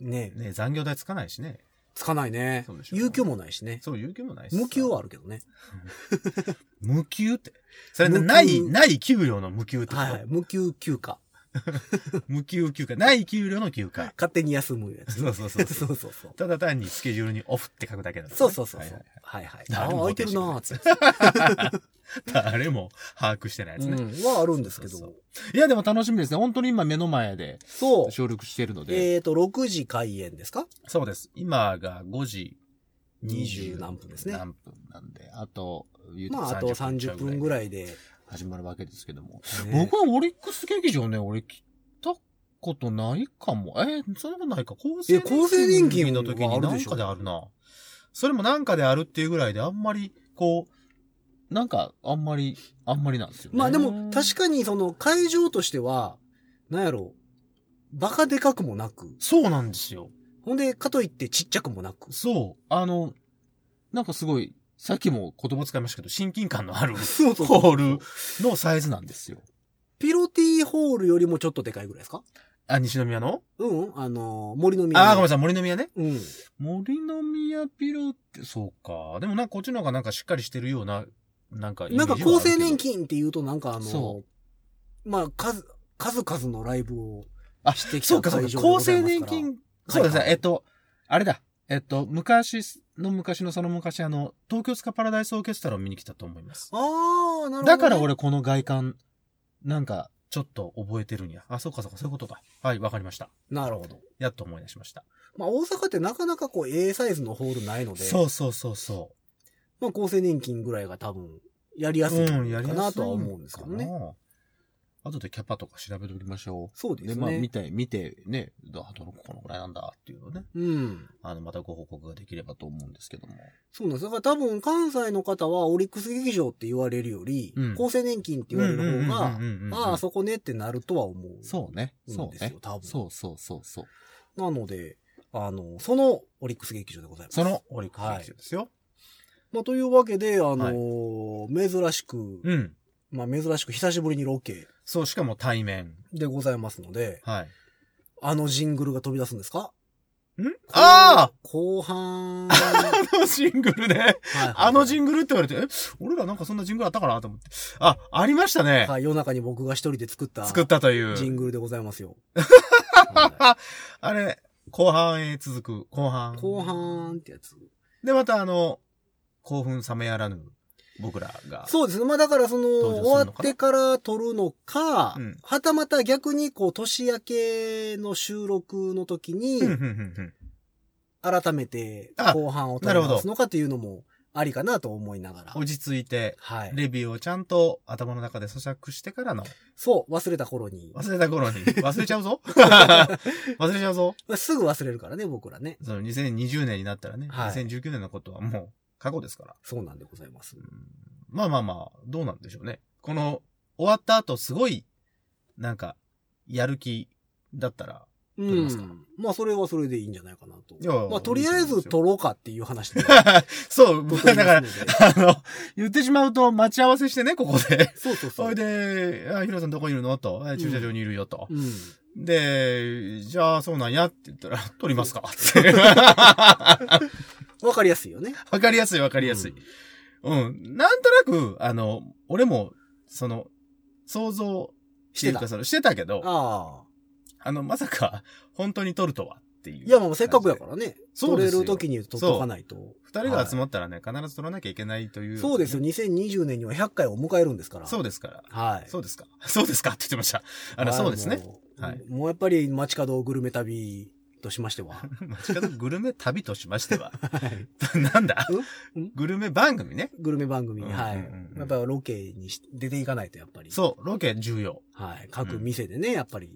S2: ね
S3: たち、ね、残業代つかないしね。
S2: つかないね
S3: そうで。しょ
S2: 有給もないしね。
S3: そう、有給もないし。
S2: 無給はあるけどね。
S3: 無給って。それね
S2: 無給
S3: ない、ない給料の無給ってこと、
S2: はいはい。無給休暇。。
S3: 無給休暇。ない給料の休暇
S2: 勝手に休むやつ。
S3: そうそうそう
S2: そ
S3: そう う。
S2: そうそう。
S3: ただ単にスケジュールにオフって書くだけなんだ、
S2: そうそうそう
S3: はい
S2: そ
S3: は
S2: う。はいはい。ああ
S3: 誰
S2: ー、
S3: も
S2: 空いて
S3: 固定
S2: る
S3: して
S2: なーっつ
S3: ない
S2: って。
S3: い誰も把握してないやつね。
S2: うん。はあるんですけ
S3: そ
S2: ど。
S3: いや、でも楽しみですね。本当に今目の前で
S2: そう。
S3: 省力しているので。
S2: えっと、6時開演ですか
S3: そうです。今が5時
S2: 20何分ですね
S3: 何分なんで、あと、言うと
S2: まあ、あと30分ぐ
S3: い
S2: らいで。
S3: 始まるわけですけども。
S2: ね
S3: 僕はオリックス劇場ね、俺来たことないかも。えーそんなことないか。厚
S2: え厚生年金
S3: の時に
S2: はある
S3: な
S2: で
S3: ん
S2: しょ
S3: かであるな。それもなんかであるっていうぐらいで、あんまり、こう、なんか、あんまり、あんまりなんですよね。
S2: まあでも、確
S3: か
S2: かにその会場としては、なんやろ、バカでかくもなく、
S3: そうなんですよ。
S2: ほんで、かといってちっちゃくもなく。
S3: そう。あの、なんかすごい、さっきも言葉使いましたけど、親近感のある
S2: そうそうそう
S3: ホールのサイズなんですよ。
S2: ピロティホールよりもちょっとでかいぐらいですか
S3: あ、西宮の
S2: うんうん、あのー森の宮。
S3: あー、ごめんなさい、森の宮ね。
S2: うん。
S3: 森の宮ピロって、そうか。でもなんかこっちの方がなんかしっかりしてるような、なんかイメー
S2: な
S3: ジ
S2: んか
S3: はあるけど
S2: 厚生年金って言うとなんかあの
S3: そ
S2: ー、まあ、数、数々のライブを
S3: あ
S2: してきた
S3: そうか、
S2: 会場
S3: そ
S2: で
S3: うか。
S2: ございま
S3: 厚
S2: すから
S3: 生年金、そうですね
S2: は。い
S3: えっと、あれだ。えっと、昔の昔のその昔、あの、東京スカパラダイスオーケストラを見に来たと思います。
S2: ああ、なるほど、ね。
S3: だから、俺この外観、なんか、ちょっと覚えてるんや。あ、そうか、そうか、そういうことだ。はい、わかりました。
S2: なるほど。
S3: やっと思い出しました。
S2: まあ、大阪ってなかなかこう A サイズのホールないので、
S3: そうそうそうそう。
S2: まあ、厚生年金ぐらいが多分、やりやすい
S3: うん、やり
S2: か
S3: やすい
S2: なとは思うんですけどね。
S3: あとでキャパとか調べておきましょう。
S2: そうですね。
S3: で、まあ、見て、見て、ね、あとのこのぐらいなんだっていうのをね、
S2: うん。
S3: あの、またご報告ができればと思うんですけども。
S2: そうなんです。だから多分関西の方はオリックス劇場って言われるより、
S3: うん
S2: 厚生年金って言われる方が
S3: うんうんうんうんうん、
S2: ああ、そこねってなるとは思う。
S3: そうね、
S2: そうで
S3: そう
S2: すよ
S3: ね
S2: 多。分
S3: そうそうそうそう。
S2: なので、あの、そのオリックス劇場でございます。
S3: その、オリックス劇場ですよ。
S2: まあ、というわけで、あの珍しく、
S3: うん。
S2: まあ、珍しく久しぶりにロケ
S3: そう、しかも対面。
S2: でございますので、
S3: はい。
S2: あのジングルが飛び出すんですか
S3: んああ
S2: 後 半。
S3: あのシングルね。あのジ
S2: ン
S3: ングルって言われて、え俺らなんかそんなジングルあったかなと思って。あ、ありましたね。
S2: はい、夜中に僕が一人で作った
S3: 作ったという。
S2: ジングルでございますよ。
S3: あれ、後半へ続く。後半。
S2: 後半ってやつ。
S3: で、またあの、興奮冷めやらぬ、僕らが。
S2: そうですね。まあだからその、
S3: 登場するのかな
S2: 終わってから撮るのか、
S3: うん
S2: はたまた逆にこう、年明けの収録の時に、
S3: うんうんうんうん
S2: 改めて
S3: あ
S2: 後半を撮
S3: な
S2: り
S3: るほど
S2: 直すのかっていうのもありかなと思いながら。
S3: 落ち着いて、
S2: はい。
S3: レビューをちゃんと頭の中で咀嚼してからの、
S2: そう、忘れた頃 に。
S3: 忘れた 頃に、忘れちゃうぞ忘れちゃうぞ
S2: すぐ忘れるからね、僕らね。
S3: その2020年になったらね、
S2: はい
S3: 2019年のことはもう過去ですから。
S2: そうなんでございます
S3: う。んまあまあまあ、どうなんでしょうね。この、終わった後すごい、なんか、やる気だったら、
S2: う
S3: りますか
S2: ん。まあ、それはそれでいいんじゃないかなと
S3: いや。
S2: まあ、とりあえず撮ろうかっていう話で。
S3: そう、
S2: 撮
S3: だ
S2: っており
S3: から
S2: ま、すので
S3: あの、言ってしまうと待ち合わせしてね、ここで。
S2: そうそう
S3: そ
S2: そう
S3: れ。で、あ、ヒロさんどこにいるのと、あ駐車場にいるよと。
S2: うん。
S3: で、じゃあそうなんやって 言ったら、撮りますかって。
S2: わかりやすいよね。わ
S3: わかりやすいわかりやすい。。うん。なんとなく、あの、俺も、その、想像
S2: し
S3: してて
S2: た
S3: た。。そのしてたけど、
S2: あ
S3: あ
S2: あ。
S3: の、まさか、本当に撮るとはっていう。
S2: いや、まあ、せっかくやからね。
S3: そ
S2: 撮
S3: うで
S2: れ
S3: すよ
S2: る時に撮っとかないと。
S3: 二人が集
S2: ま
S3: まったらね、必ず撮らなきゃいけないという。
S2: そうですよ。。2020年には100回を迎えるんですから。
S3: そうですから。
S2: はい。
S3: そうですか。そうですかって言ってました。あの、
S2: はい
S3: そうですね。
S2: もう
S3: はい
S2: もうやっぱり街角グルメ旅としましては。
S3: 街角グルメ旅としまして は。なんだ
S2: うんうん
S3: グルメ番組ね。
S2: グルメ番組、
S3: うん
S2: はい、
S3: うんうんうん
S2: やっぱりロケにし出ていかないとやっぱり。
S3: そう、ロケ重要。
S2: はい。各店でね、やっぱり。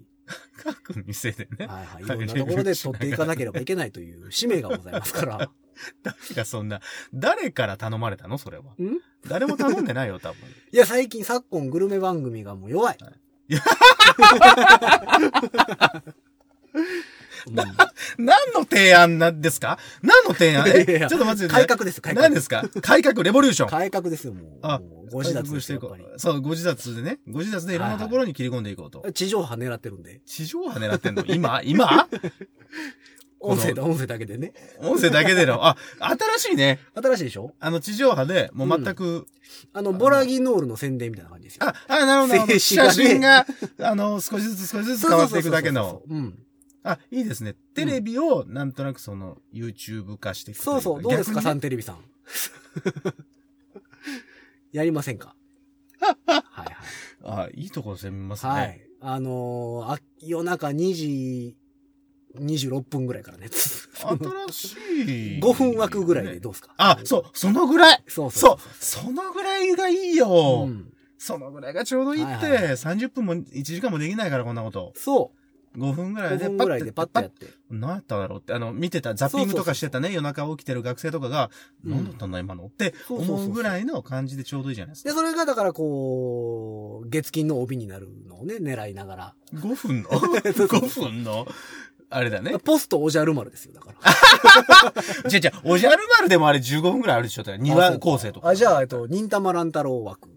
S3: 各店でね。
S2: はいはい。い
S3: は
S2: ろ
S3: い
S2: んなところで取っていかなければいけないという使命がございます から。
S3: 誰がそんな、誰から頼まれたのそれは。
S2: ん
S3: 誰も頼んでな いよ、多分。
S2: いや、最近昨今グルメ番組がもう弱 い。
S3: いや
S2: うん
S3: 何の提案なんですか何の提案え
S2: いやいや
S3: ちょっと待ってください
S2: 改。革です、改革。
S3: 何ですか改革、レボリューション。
S2: 改革ですよ、もう。
S3: あ
S2: もうご自立ですよ、やっぱ
S3: 改革していこうそう、ご自立でね。ご自立でいろんなところに切り込んでいこうと。
S2: り。地上波狙ってるんで。
S3: 地上波狙ってんの 今今こ
S2: 音
S3: の
S2: 声だ、音声だけでね。
S3: 音声だけでの。あ、新しいね。
S2: 新しいでしょ
S3: あの、地上波で、もう全く、
S2: あの、ボラギノールの宣伝みたいな感じですよ。
S3: あ、あ、なるほどなるほど。
S2: 静止画
S3: 写
S2: で
S3: 真が、あの、少しずつ少しずつ変わっていくだけ
S2: そう
S3: の
S2: そ。うそうそう。うん。
S3: あ、いいですね。テレビを、なんとなくその、YouTube 化していくとい
S2: そうそう、どうですか、
S3: 逆
S2: サ
S3: に
S2: ンテレビ さん。やりません かはいはい。
S3: あ、いいところ攻めますね。
S2: はい。あのーあ、夜中2時26分ぐらいからね。
S3: 新しい。
S2: 5分枠ぐらいでどうですか
S3: あ、そう、そのぐらい
S2: そう
S3: そ、
S2: そう
S3: そのぐらいがいいうよ、
S2: うん
S3: そのぐらいがちょうどいいって、
S2: はいはい
S3: 30分も1時間もできないから、こんなこと。
S2: そう。
S3: 5分ぐらい
S2: 5
S3: で
S2: 分ぐらいでパッとやって。
S3: 何やったんだろうって、あの、見てた、ザッピングとかしてたね、夜中起きてる学生とかが、
S2: うん
S3: 何だったんだ今のって
S2: そうそうそう
S3: 思うぐらいの感じでちょうどいいじゃないです
S2: で、
S3: か。
S2: それがだからこう、月金の帯になるのをね、狙いながら。
S3: 5分の
S2: そうそう
S3: ?5 分のあれだね。
S2: ポストおじゃる丸ですよ、だから。
S3: じゃじゃおじゃる丸でもあれ15分ぐらいあるでしょ2話構成とか。
S2: あ、じゃあ、えっと、忍たま乱太郎枠。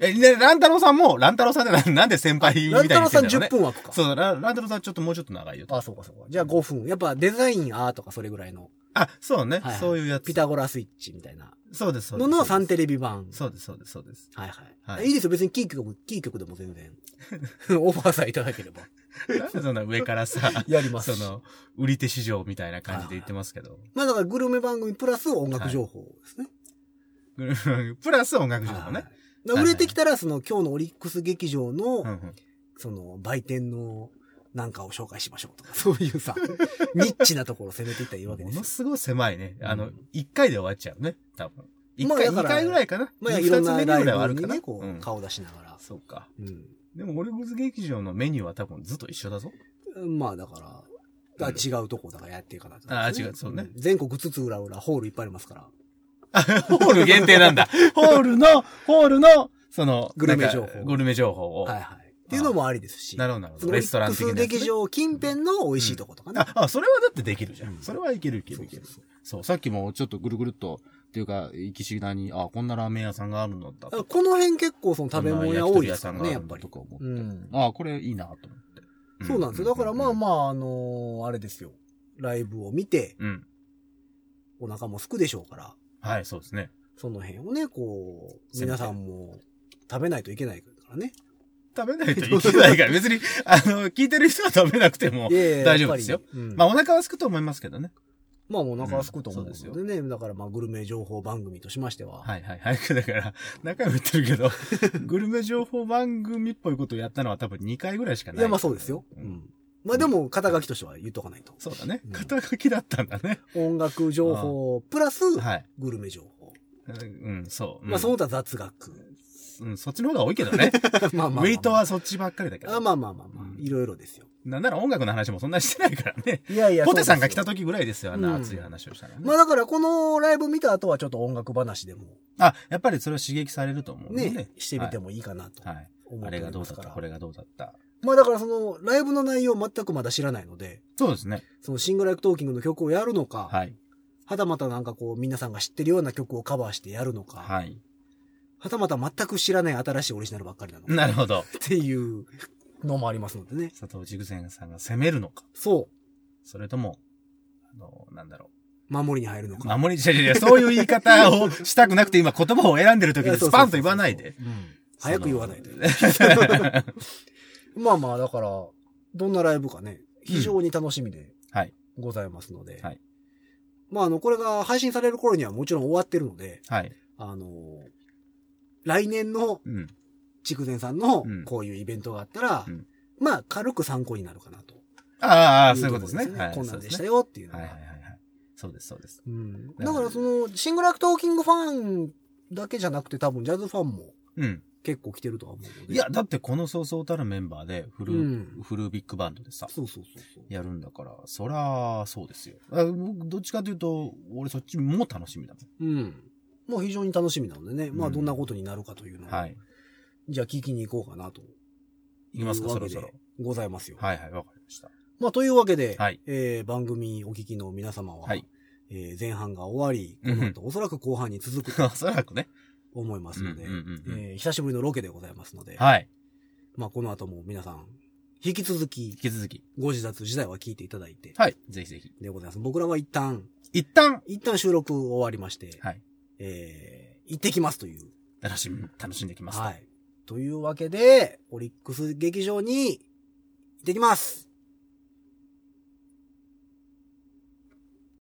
S3: え、ね、乱太郎さんも、乱太郎さんってな なんで先輩みたい
S2: 乱
S3: に
S2: 太
S3: 言
S2: 郎
S3: って
S2: さん
S3: んだろうね
S2: 10。分枠か。
S3: そう、ら乱太郎さんちょっともうちょっと長いよと。
S2: あ、そうかそうか。じゃあ5分。やっぱデザインあーとかそれぐらいの。
S3: あ、そうね、
S2: はいはい
S3: そういうやつ。
S2: ピタゴラスイッチみたいな。
S3: そうです、そうで
S2: の
S3: す。
S2: のサンテレビ版。
S3: そうです、そうです、そうです。
S2: はいはい。
S3: はい
S2: い、いですよ、別にキー局も、キー局でも全然。 オファーさえいただければ。
S3: なんでそんな上からさ、
S2: やります
S3: その、売り手市場みたいな感じで言ってますけど。
S2: まあだからグルメ番組プラス音楽情報ですね。
S3: プラス音楽情
S2: はい
S3: 報
S2: はい
S3: ね
S2: だ。から売れてきたら、その今日のオリックス劇場の、
S3: うんうん
S2: その売店のなんかを紹介しましょうとか、 そういう さ、ニッチなところを攻めていったらいいわけで
S3: も
S2: すよ
S3: の。すごい狭いね。あ
S2: う
S3: の
S2: ん、
S3: 一回で終わっちゃうね。多分。一
S2: まあ
S3: 回、
S2: だか
S3: 二
S2: ら
S3: 回ぐらいかな。
S2: まあ
S3: 二
S2: いろんな
S3: 二つ目ぐ
S2: ラ
S3: らいはあ
S2: イ
S3: る
S2: ブ
S3: か
S2: に
S3: な。
S2: ね、こ
S3: うん
S2: う、顔出しながら。
S3: そうか。
S2: う
S3: でも、オルゴーズ劇場のメニューは多分ずっと一緒だぞ。
S2: ん。まあだか
S3: うん
S2: ら、あ違うとこだからやっていかないと、
S3: あ違うそうね
S2: ん全国つつ裏裏ホールいっぱいありますから。
S3: ホール限定なんだ。 ホールの、ホールの、その、
S2: グルメ
S3: なんか
S2: 情報
S3: グルメ情報を。
S2: はいはい。っていうのもありですし。
S3: なるほど、なるほ
S2: そ
S3: ど。
S2: の
S3: レストラン的なやつね、
S2: 複数劇場近辺の美味しいとことかね。
S3: あ、あ、それはだってできるじゃん。
S2: うん
S3: それはいけるいけるいける。
S2: そうそうそう
S3: そう、さっきもちょっとぐるぐるっと、っていうか、行きしなに、あ、こんなラーメン屋さんがあるんだった
S2: だからこの辺結構その食べ物屋多いですからね、やっぱり
S3: と。か思って。
S2: うん。
S3: あ、これいいなと思って。
S2: そうなんですよ。だからまあ
S3: あ。
S2: まあ、あのーあれですよ。ライブを見て、
S3: うん。
S2: お腹も空くでしょうから、
S3: はい、そうですね。
S2: その辺をね、こう、
S3: せめて
S2: 皆さんも食べないといけないからね。
S3: 食べない といけないから、別に、あの、聞いてる人は食べなくても
S2: い。やいや
S3: 大丈夫ですよ。
S2: やっぱりうん
S3: まあ、お腹は空くと思いますけどね。
S2: まあ、お腹は空くと思う
S3: うんん
S2: です
S3: そう
S2: よ
S3: で
S2: ね。だからまあ、グルメ情報番組としましては。
S3: はいはい。早くだから、 何回も言ってるけど、 グルメ情報番組っぽいことをやったのは多分2回ぐらいしか
S2: い、
S3: ない。
S2: や、まあそうですよ。う
S3: うん
S2: ん。まあでも、肩書きとしては言っとかないと。
S3: そうだね
S2: う。ん
S3: 肩書きだったんだね。
S2: 音楽情報、プラス、
S3: はい。
S2: グルメ情報。
S3: うん、そう。うん
S2: まあ、その他雑 学。
S3: うん、そっちの方が多いけどね。
S2: まあまあまあ
S3: ウェイトはそっちばっかりだけ
S2: あ
S3: ど。
S2: まあまあまあまあ
S3: う、ん
S2: いろいろですよ。
S3: なんなら音楽の話もそんなにしてないからね。
S2: いやいや
S3: ポテさんが来
S2: そう
S3: た
S2: ですよ
S3: 時ぐらいですよ、あんな熱い
S2: うん
S3: 話をしたのはね
S2: まあだから、このライブ見た後はちょっと音楽話でも、
S3: あ、やっぱりそれを刺激されると思う
S2: ね、
S3: ね。
S2: してみてもいいかなと
S3: はい。はい。
S2: 思
S3: あ
S2: っ
S3: れ
S2: てお
S3: が
S2: り
S3: ど
S2: ま
S3: う
S2: す
S3: だっ
S2: か
S3: た、
S2: ら。
S3: これがどうだった。
S2: まあだから、その、ライブの内容全くまだ知らないので、
S3: そうですね。
S2: そのシングルライクトーキングの曲をやるのか、
S3: はい。
S2: はたまたなんかこう、皆さんが知ってるような曲をカバーしてやるのか、は
S3: はい。
S2: たまた全く知らない新しいオリジナルばっかりなのか、
S3: なるほど。
S2: っていうのもありますのでね。
S3: 佐藤ジグゼンさんが攻めるのか、
S2: そ
S3: それとも、あの、なんだろ
S2: う、守りに入るの
S3: う。
S2: か。
S3: 守り、じゃじゃじゃそういう言い方をしたくなくて、今言葉を選んでる時にスパンと言わないで。
S2: うん。早く言わないと
S3: で。。
S2: まあまあ、だから、どんなライブかね、非常に楽しみで
S3: はい。
S2: ございますので。
S3: はい
S2: まあ、あの、これが配信される頃にはもちろん終わってるので、
S3: はい。
S2: あの来年の
S3: うん。
S2: 筑前さんの
S3: うん
S2: こういうイベントがあったら、
S3: うん
S2: まあ、軽く参考になるかなと。
S3: ああ、そういうことですね。
S2: は。
S3: はいい。
S2: こんなんでした
S3: よ。
S2: よっていうの
S3: は
S2: が。
S3: いはいはいはい。そうです、そうです。
S2: うん。だから、その、シングルアクトーキングファンだけじゃなくて多分ジャズファンも
S3: うん。
S2: 結構来てるとは思うので。
S3: いや、だってこのそうそうたるメンバーでフル、
S2: うん
S3: フルビッグバンドでさ、
S2: そうそうそうそう。
S3: やるんだから、そら、そうですよ。あ僕どっちかというと、俺そっちも楽しみだもん。
S2: うん。まあ非常に楽しみなのでね、まあ
S3: うん
S2: どんなことになるかというのを、
S3: はい。
S2: じゃあ聞きに行こうかなと。
S3: いきますか、
S2: いう
S3: そ
S2: わ
S3: ろ
S2: け
S3: そ
S2: で
S3: ろ。
S2: ございますよ。
S3: はいはい、わかりました。
S2: まあというわけで、
S3: はい
S2: えー番組お聞きの皆様は、
S3: はい。
S2: えー前半が終わり、
S3: うん
S2: この後おそらく後半に続くと
S3: おそらくね。
S2: 思いますので
S3: うんうん、うんうん
S2: えー久しぶりのロケでございますので、
S3: はい。
S2: まあこの後も皆さん、引き続
S3: 引
S2: き、
S3: き続き。
S2: ご自殺自体は聞いていただいて、
S3: はい。ぜひぜひ。
S2: でございます。僕らは一旦、
S3: 一旦、
S2: 一旦収録終わりまして、
S3: はい。
S2: えー行ってきますという。
S3: 楽しみ、楽しんできます。
S2: はい。というわけで、オリックス劇場に行ってきます